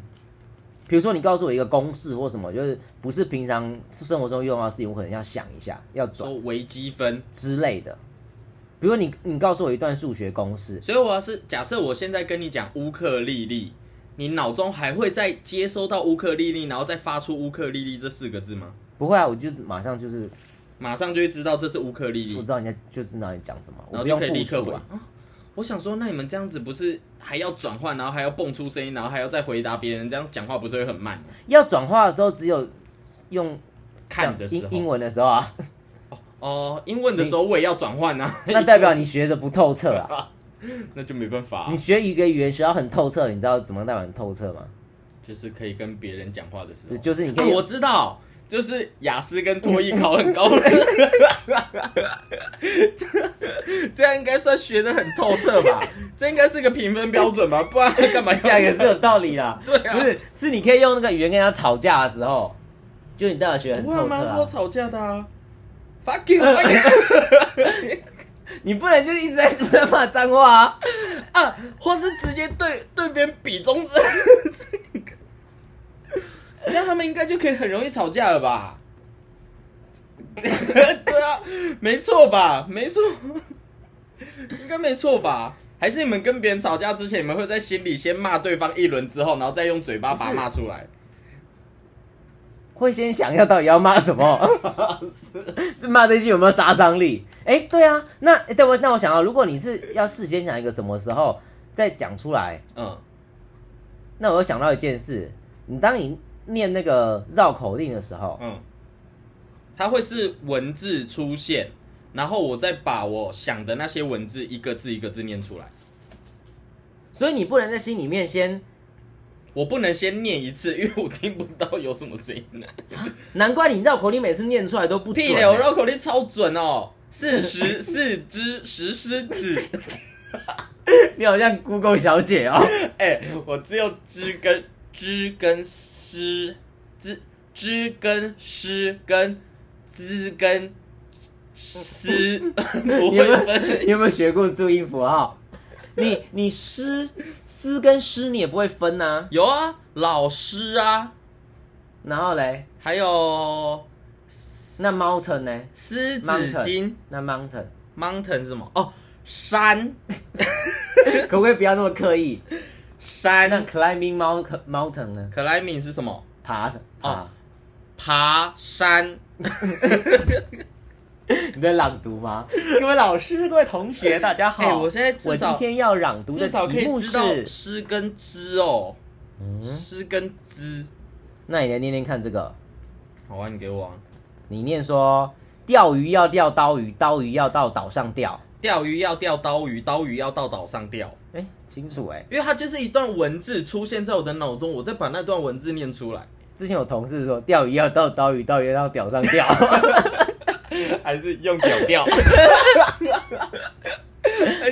S1: 比如说你告诉我一个公式或什么，就是不是平常生活中用到的事情，我可能要想一下，要转
S2: 说微积分，
S1: 之类的。比如你你告诉我一段数学公式，
S2: 所以我要是假设我现在跟你讲乌克丽丽，你脑中还会再接收到乌克丽丽，然后再发出乌克丽丽这四个字吗？
S1: 不会啊，我就马上就是
S2: 马上就会知道这是乌克丽
S1: 我
S2: 丽
S1: 知，道你在就知道你讲什么，我
S2: 然后
S1: 不
S2: 就
S1: 用
S2: 可以立
S1: 复
S2: 刻
S1: 述
S2: 回。
S1: 啊。
S2: 啊我想说，那你们这样子不是还要转换，然后还要蹦出声音，然后还要再回答别人，这样讲话不是会很慢吗？
S1: 要转化的时候，只有用
S2: 看的时
S1: 英英
S2: 候，
S1: 文的时候 啊，
S2: 哦，英文的时候我也要转换啊，
S1: 那代表你学的不透彻啊。
S2: 那就没办法 啊、
S1: 你学一个语言学到很透彻，你知道怎么代表很透彻吗？
S2: 就是可以跟别人讲话的时候
S1: 就。就是你可
S2: 啊，
S1: 以
S2: 我知道，就是雅思跟托一考很高分， 这这样应该算学的很透彻吧？这应该是个评分标准吧？不然干嘛
S1: 讲也
S2: 要？
S1: 是有道理啦。
S2: 对啊
S1: 不是，是你可以用那个语言跟他吵架的时候，就你代表学得很
S2: 不会啊
S1: 透彻、
S2: 蛮
S1: 啊
S2: 多。吵架的啊！Fuck 呃 you！Fuck you！
S1: 你不能就是一直在不能骂脏话啊！
S2: 啊，或是直接对对别人比中指， 这样他们应该就可以很容易吵架了 吧？对啊，没错吧？没错，应该没错吧？还是你们跟别人吵架之前，你们会在心里先骂对方一轮，之后，然后再用嘴巴把他骂出 来？
S1: 会先想要到底要骂什么， 这骂这句有没有杀伤力？哎、对啊，那、诶对我那我想到，如果你是要事先想一个什么时候再讲出来，
S2: 嗯，
S1: 那我又想到一件事，你当你念那个绕口令的时候，
S2: 嗯，它会是文字出现，然后我再把我想的那些文字一个字一个字念出来。
S1: 所以你不能在心里面先，
S2: 我不能先念一次，因 为我听不到有什么声音、啊。
S1: 难怪你绕口令每次念出来都不准、
S2: 屁
S1: 欸。
S2: 嘞，我绕口令超准哦，四十 四只石狮子。
S1: 你好像 Google 小姐 哦、
S2: 哎、我只有知跟知跟狮，知知跟狮跟知跟狮不
S1: 你有没
S2: 会
S1: 有
S2: 分。
S1: 你有没有学过注音符号？你你诗诗跟诗你也不会分呐、
S2: 有啊，老师啊，
S1: 然后嘞，
S2: 还有
S1: 那 mountain 呢？
S2: 狮子
S1: Mountain
S2: 精
S1: 那 mountain
S2: mountain 是什么？哦，山
S1: 可不可以不要那么刻 意？那
S2: 山
S1: climbing mountain mountain 呢？
S2: climbing 是什么？
S1: 爬爬、
S2: 哦爬山。
S1: 你在朗读吗？各位老师，各位同学，大家好。
S2: 哎我现在至
S1: 哦我
S2: 少
S1: 今天要朗读的
S2: 至少可
S1: 题
S2: 以
S1: 目
S2: 知道
S1: 是，
S2: 诗跟知哦，
S1: 嗯，
S2: 诗跟知。
S1: 那你来念念看这个，
S2: 好啊，你给我、啊。
S1: 你念说，钓鱼要钓刀鱼，刀鱼要到岛上钓。
S2: 钓鱼要钓刀鱼，刀鱼要到岛上钓，
S1: 哎、清楚哎、
S2: 因为它就是一段文字出现在我的脑中，我再把那段文字念出来，
S1: 之前有同事说，钓鱼要到刀鱼，刀鱼要到屌上钓。
S2: 还是用屌钓，还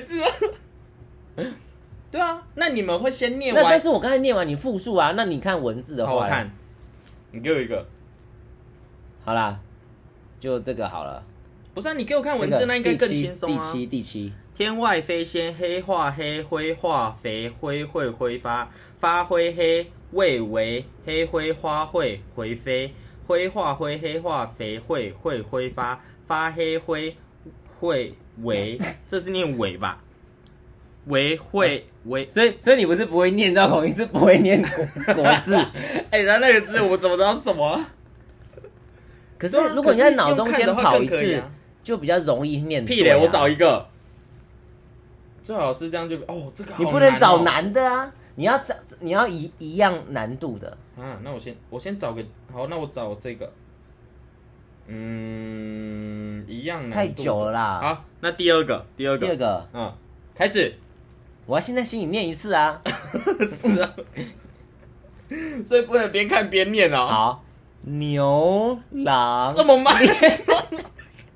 S2: 是啊对啊，那你们会先 念
S1: 那但
S2: 完，
S1: 是我刚才念完你复述啊，那你看文字的话，
S2: 好，我，看，你给我一个，
S1: 好啦，就这个好了。
S2: 不是、啊、你给我看文
S1: 这
S2: 字，
S1: 个
S2: 那应该更
S1: 第七
S2: 轻松啊。
S1: 第七，第七，
S2: 天外飞仙，黑化黑，灰化肥，灰会挥发，发灰黑，未为黑灰花会回飞，灰化灰，黑化肥会会挥发，发黑灰会为，这是念为吧？为会为，
S1: 所以所以你不是不会念绕口令，是不会念 国国字。
S2: 哎、他那个字我怎么知道是什么了？
S1: 可是
S2: 对啊
S1: 如果你在
S2: 可是
S1: 脑中
S2: 用看
S1: 先
S2: 的话
S1: 跑一
S2: 更可以
S1: 次
S2: 啊，
S1: 就比较容易念对啊。
S2: 屁嘞！我找一个，最好是这样就哦，这个好
S1: 你不能找
S2: 哦
S1: 难的啊，你要找你要一一样难度的。
S2: 啊，那我先我先找个好，那我找这个，嗯，一样难
S1: 太
S2: 度
S1: 久了啦
S2: 好，那第二个，第二个，
S1: 第二个，
S2: 嗯，开始
S1: 我要先在心里念一次啊。
S2: 是啊，所以不能边看边念哦，
S1: 好，牛郎
S2: 这么慢，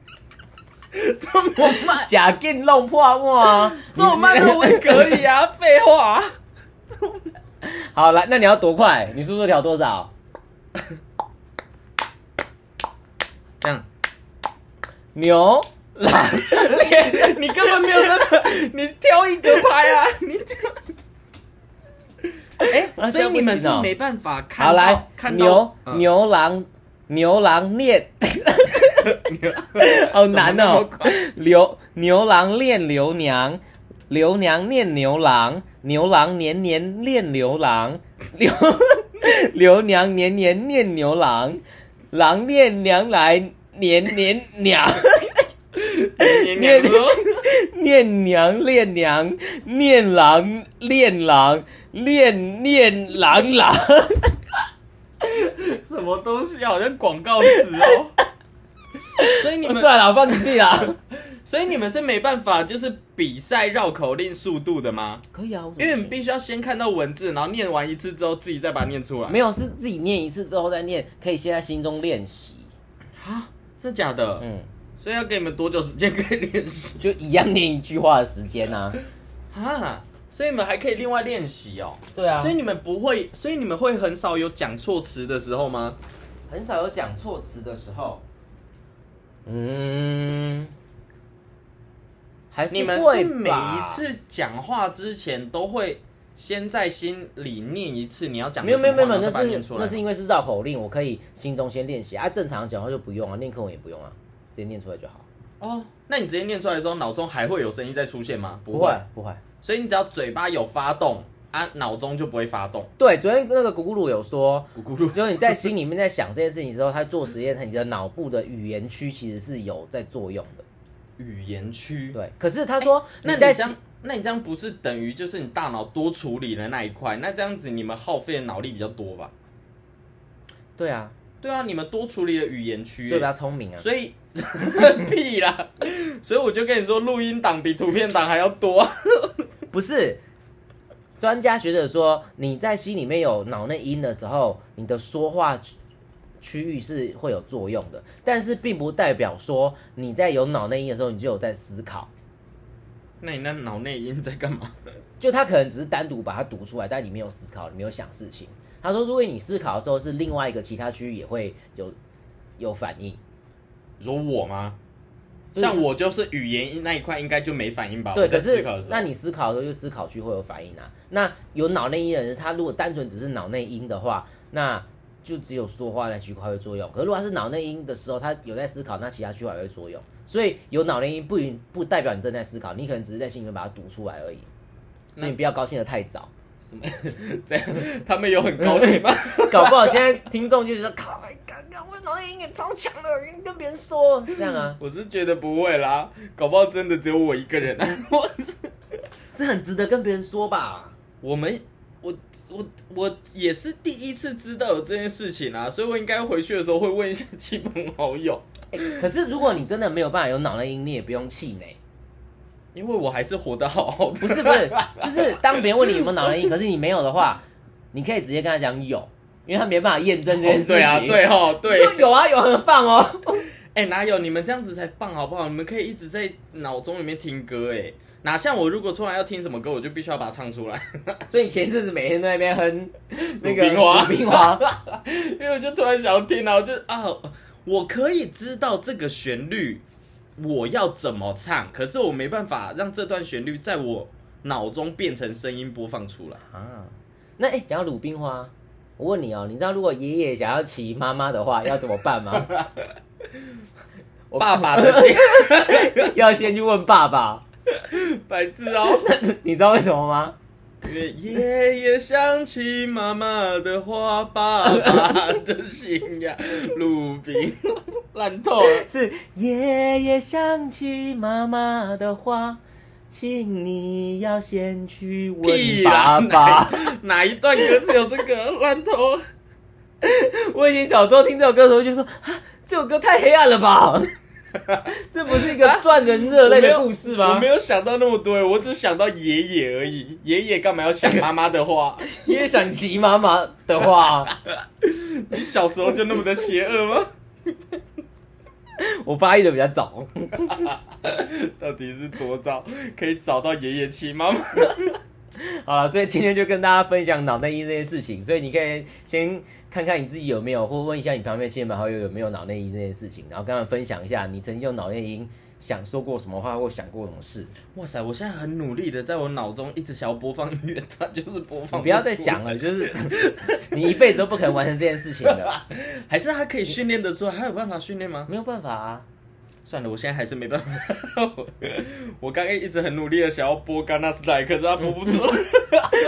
S2: 这么慢，
S1: 假劲 弄破我啊，
S2: 啊这么慢的我也可以啊，废话、
S1: 好来，那你要多快？你速度调多少？
S2: 这样，
S1: 牛来练
S2: 你根本没有在拍，你挑一个拍啊， 你挑。哎、
S1: 啊
S2: 所以你们
S1: 这
S2: 是
S1: 样不行哦
S2: 没办法看
S1: 好
S2: 到
S1: 来
S2: 看到
S1: 牛
S2: 嗯
S1: 牛郎牛郎恋， 好难
S2: 怎么那么
S1: 哦
S2: 快。
S1: 牛牛郎恋牛娘，牛娘念牛郎，牛郎年年恋牛郎， 牛牛娘年年念牛郎，郎恋娘来年年娘。
S2: 你你说
S1: 念娘恋娘，念郎恋郎，恋念郎郎。
S2: 什么东西好像广告词 哦。所以你们，
S1: 算了，放弃啦。
S2: 所以你们是没办法，就是比赛绕口令速度的吗？
S1: 可以啊，我怎么
S2: 因为你
S1: 行
S2: 必须要先看到文字，然后念完一次之后，自己再把它念出来。
S1: 没有是自己念一次之后再念，可以先在心中练习。
S2: 啊，真假的？
S1: 嗯，
S2: 所以要给你们多久时间可以练习
S1: 就一样念一句话的时间啊。
S2: 啊？所以你们还可以另外练习哦。
S1: 对啊，
S2: 所以你们不会，所以你们会很少有讲错词的时候吗？
S1: 很少有讲错词的时候。嗯，还是
S2: 你们
S1: 会
S2: 是每
S1: 吧
S2: 一次讲话之前都会先在心里念一次你要讲
S1: 没
S2: 的
S1: 有
S2: 什
S1: 没
S2: 么
S1: 有没有，没有那
S2: 话，然后再把它念
S1: 是
S2: 出来
S1: 那
S2: 吗。
S1: 是因为是绕口令，我可以心中先练习啊。正常讲话就不用啊，念课文也不用啊，直接念出来就好。
S2: 哦，那你直接念出来的时候，脑中还会有声音再出现吗？
S1: 不
S2: 会
S1: 会，不会。
S2: 所以你只要嘴巴有发动啊，脑中就不会发动。
S1: 对，昨天那个咕咕噜有说，
S2: 咕咕噜，
S1: 就是你在心里面在想这件事情的时候，他做实验，你的脑部的语言区其实是有在作用的。
S2: 语言区。
S1: 对，可是他说
S2: 哎那你
S1: 在
S2: 这
S1: 心
S2: 样，那你这样不是等于就是你大脑多处理了那一块？那这样子你们耗费的脑力比较多吧？
S1: 对啊，
S2: 对啊，你们多处理了语言区
S1: 所以比，较聪明啊。
S2: 所以 屁啦！所以我就跟你说，录音档比图片档还要多。
S1: 不是，专家学者说，你在心里面有脑内因的时候，你的说话区区域是会有作用的，但是并不代表说你在有脑内因的时候，你就有在思考。
S2: 那你那脑内音在干嘛？
S1: 就他可能只是单独把它读出来，但你没有思考，你没有想事情。他说，如果你思考的时候是另外一个其他区域也会有有反应，
S2: 你说我吗？
S1: 嗯
S2: 像我就是语言那一块应该就没反应吧？
S1: 对，
S2: 我在
S1: 可
S2: 思
S1: 是
S2: 考的时候，
S1: 那你思考的时候就思考区会有反应啊。那有脑内因的人，他如果单纯只是脑内因的话，那就只有说话那区块会作用。可是如果他是脑内因的时候，他有在思考，那其他区块也会作用。所以有脑内因不一不代表你正在思考，你可能只是在心里面把它读出来而已。所以你不要高兴的太早，
S2: 什么这样？他们有很高兴吗？
S1: 搞不好现在听众就觉得靠，刚刚我脑内因也超强的，跟别人说这样啊，
S2: 我是觉得不会啦，搞不好真的只有我一个人、啊。我
S1: 嗯
S2: 是
S1: 这很值得跟别人说吧？
S2: 我们我我我也是第一次知道有这件事情啊，所以我应该回去的时候会问一下亲朋好友，
S1: 欸可是如果你真的没有办法有脑内因，你也不用气馁。
S2: 因为我还是活得好好的。
S1: 不是不 是，就是当别人问你有没有脑内因，可是你没有的话，你可以直接跟他讲有，因为他没办法验证这件事情。
S2: 对啊，对哦，对，
S1: 就有啊，有很棒哦。
S2: 哎、哪有你们这样子才棒好不好？你们可以一直在脑中里面听歌，哎，哪像我如果突然要听什么歌，我就必须要把它唱出来，
S1: 所以你前阵子每天都在那边哼那个
S2: 鲁冰花
S1: 鲁 冰花，
S2: 因为我就突然想要听，然后就啊，我可以知道这个旋律我要怎么唱，可是我没办法让这段旋律在我脑中变成声音播放出来。
S1: 啊，那哎，讲、到鲁冰花，我问你哦，你知道如果爷爷想要骑妈妈的话要怎么办 吗？我
S2: 爸爸的心，
S1: 要先去问爸爸，
S2: 白痴哦。
S1: 你知道为什么吗？
S2: 因为夜夜想起妈妈的话，爸爸的心 呀，鲁冰烂透了。
S1: 是夜夜想起妈妈的话，请你要先去问
S2: 屁啦
S1: 爸爸。
S2: 哪哪一段歌词有这个烂头？
S1: 我以前小时候听这首歌的时候就说，啊，这首歌太黑暗了 吧？这不是一个赚人热泪的故事
S2: 啊我
S1: 吗
S2: 没？有想到那么多，我只想到爷爷而已。爷爷干嘛要想妈妈的话？
S1: 夜夜想起妈妈的话，
S2: 你小时候就那么的邪恶吗？
S1: 我发育的比较早。
S2: 到底是多糟，可以找到爷爷气妈妈？
S1: 好了，所以今天就跟大家分享脑内衣这件事情，所以你可以先看看你自己有没有，或问一下你旁边亲朋好友有没有脑内衣这件事情，然后跟他们分享一下你曾经用脑内衣想说过什么话或想过什么事。
S2: 哇塞，我现在很努力的在我脑中一直想要播放音乐，它就是播
S1: 你
S2: 放。
S1: 不要再想，了，就是 你一辈子都不可能完成这件事情 的，
S2: 还是它可以训练得出来？还有办法训练吗？
S1: 没有办法啊。
S2: 算了，我现在还是没办法。 我刚刚一直很努力的想要播《戛纳斯坦》，可是它播不出来，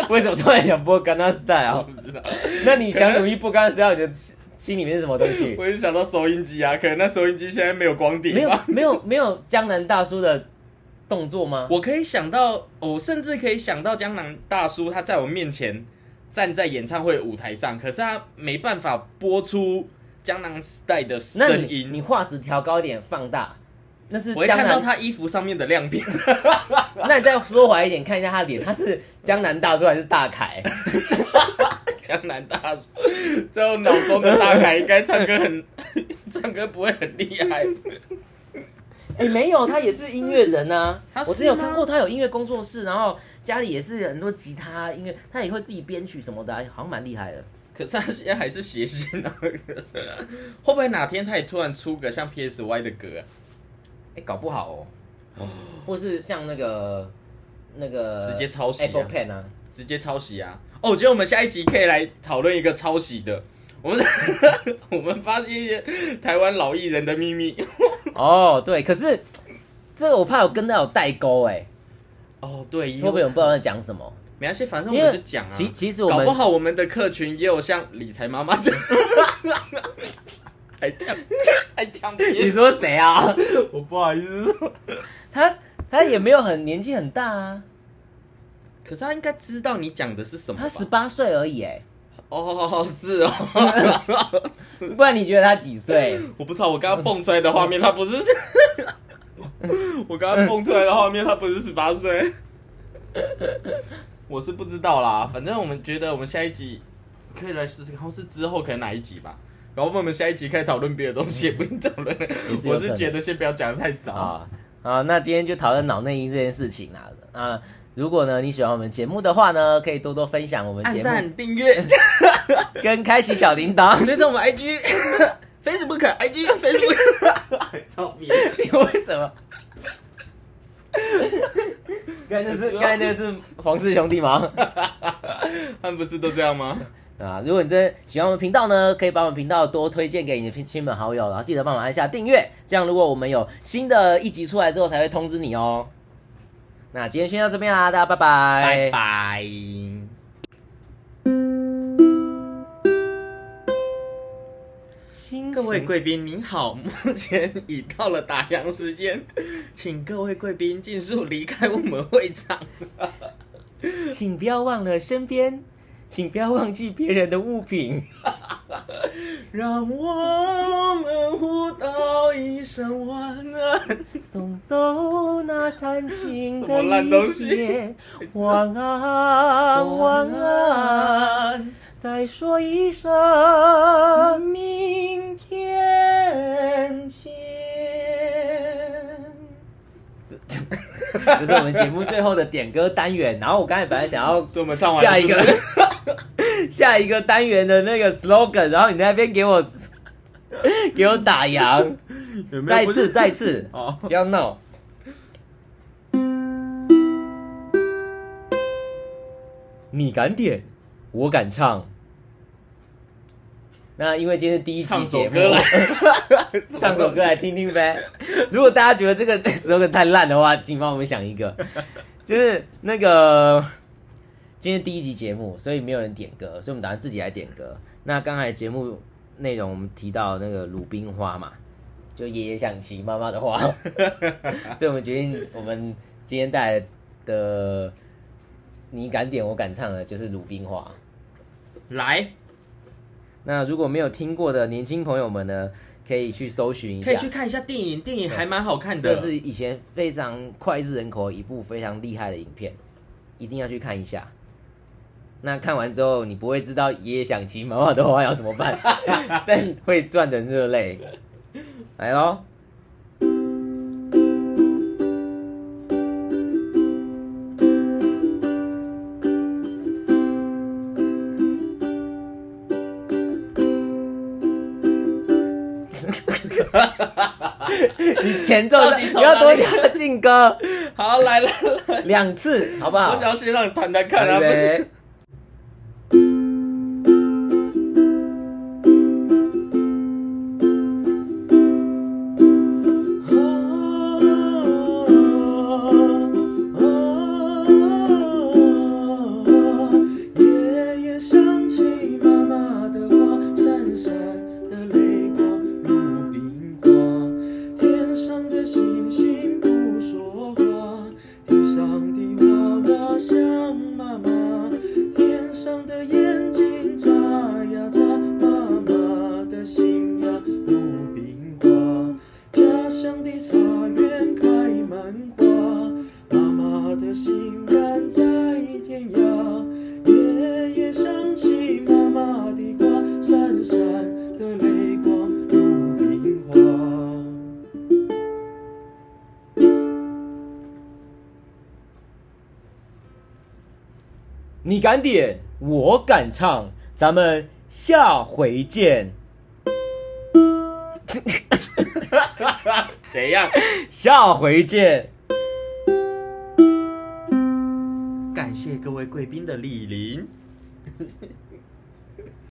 S1: 为什么突然想播《Gangnam Style》
S2: 我
S1: 啊？
S2: 不知道。
S1: 那你想努力播《Gangnam Style》，你的心心里面是什么东西？
S2: 我就想到收音机啊，可能那收音机现在没有光
S1: 没
S2: 碟
S1: 有
S2: 吧。
S1: 没有没有江南大叔的动作吗？
S2: 我可以想到，我甚至可以想到江南大叔他在我面前站在演唱会舞台上，可是他没办法播出江南时代的
S1: 那
S2: 声
S1: 你你
S2: 音。
S1: 画质调高一点，放大，那是
S2: 我会
S1: 江
S2: 看到
S1: 南。
S2: 他衣服上面的亮片，
S1: 那你再缩回来一点，看一下他脸，他是江南大叔还是大 凯？
S2: 江南大叔在我脑中的大凯应该唱歌很， 唱歌不会很厉害。
S1: 哎、没有，他也是音乐人啊
S2: 他。是
S1: 我之前有看
S2: 吗
S1: 过他有音乐工作室，然后家里也是很多吉他音乐，他也会自己编曲什么的啊、好像蛮厉害的。
S2: 可是他现在还是谐星啊，会不会哪天他也突然出个像 PSY 的歌啊？
S1: 哎、搞不好哦，或是像那个那个
S2: 直接抄袭啊
S1: Apple Pen 啊，
S2: 直接抄袭啊！哦，我觉得我们下一集可以来讨论一个抄袭的。我们 我们发现一些台湾老艺人的秘密。
S1: 哦，对，可是这个我怕有跟他有代沟哎、
S2: 哦，对，
S1: 会不会有人不知道在讲什么？
S2: 没关系，反正
S1: 因
S2: 我
S1: 为
S2: 们就讲啊。
S1: 其其实我们
S2: 搞不好我们的客群也有像理财妈妈这样， 还讲还讲别
S1: 你
S2: 人，
S1: 说谁啊？
S2: 我不好意思说。
S1: 他他也没有很年纪很大啊，
S2: 可是他应该知道你讲的是什么
S1: 他十
S2: 吧？
S1: 八岁而已哎、
S2: 哦，是哦， 是
S1: 不然你觉得他几 岁？
S2: 我不知道，我刚刚蹦出来的画面，他不是，我刚刚蹦出来的画面，他不是十八岁，我是不知道啦。反正我们觉得我们下一集可以来试试看，或是之后可能哪一集吧。然后我们下一集可以讨论别的东西，也不用讨论。
S1: 是有
S2: 我
S1: 可
S2: 是
S1: 能
S2: 觉得先不要讲的太早。
S1: 啊啊，那今天就讨论脑内衣这件事情啦。啊，如果呢你喜欢我们节目的话呢，可以多多分享我们
S2: 按
S1: 节目，
S2: 赞、订阅，
S1: 跟开启小铃铛。
S2: 追踪我们 IG、Facebook、IG、Facebook。操 逼！
S1: 你为什么？ 刚才那是刚才那是黄氏兄弟吗？
S2: 他们不是都这样吗？
S1: 啊，如果你真的喜欢我们频道呢，可以把我们频道多推荐给你的亲亲朋好友，然后记得帮忙按下订阅，这样如果我们有新的一集出来之后才会通知你哦。那今天先到这边啦，啊大家拜拜。
S2: 拜拜。
S1: 新
S2: 各位贵宾您好，目前已到了打烊时间， 请各位贵宾尽速离开我们会场。
S1: 请不要忘了身边，请不要忘记别人的物品。
S2: 让我们互道一声晚安。
S1: 送走那残 情
S2: 什么烂
S1: 的
S2: 东
S1: 一
S2: 西
S1: 切，晚安，晚安，
S2: 安，
S1: 再说一声。
S2: 明天见。
S1: 这是我们节目最后的点歌单元。然后我刚才本来想要
S2: 所以我们唱完了
S1: 下一个
S2: 是不是
S1: 下一个单元的那个 slogan，然后你那边给我给我打烊，
S2: 有没
S1: 再
S2: 有不是
S1: 次再次，
S2: 哦。
S1: 不要闹。你敢点，我敢唱。那因为今天是第一集
S2: 唱
S1: 节
S2: 首
S1: 目，
S2: 歌来，
S1: 唱首歌来听听呗。如果大家觉得这个时候太烂的话，请帮我们想一个，就是那个今天第一集节目，所以没有人点歌，所以我们打算自己来点歌。那刚才节目内容我们提到那个鲁冰花嘛，就爷爷想骑妈妈的花，所以我们决定我们今天带来的你敢点我敢唱的就是鲁冰花。
S2: 来，
S1: 那如果没有听过的年轻朋友们呢，可以去搜寻一下，
S2: 可以去看一下电影，电影还蛮好看的。
S1: 这是以前非常脍炙人口的一部非常厉害的影片，一定要去看一下。那看完之后，你不会知道爷爷想骑妈妈的花要怎么办，但会赚人热泪。来喽！ 你前奏
S2: 到底
S1: 不
S2: 从
S1: 要
S2: 哪
S1: 多
S2: 里
S1: 讲劲歌
S2: 好，来来来，
S1: 两次，好不好？
S2: 我想要先让你谈谈看啊，
S1: 预
S2: 不是
S1: 备
S3: 夜夜想起妈妈的话，闪闪的泪光如冰花。天上的星星不说话，地上的娃娃想妈妈。天上的眼睛眨呀眨，妈妈的心呀如冰花。家乡的茶园开满花，妈妈的心肝在天涯。夜夜想起妈妈的话，闪闪的泪光如冰花。
S1: 你敢点，我敢唱，咱们下回见。
S2: 怎样？
S1: 下回见。
S2: 感谢各位贵宾的莅临。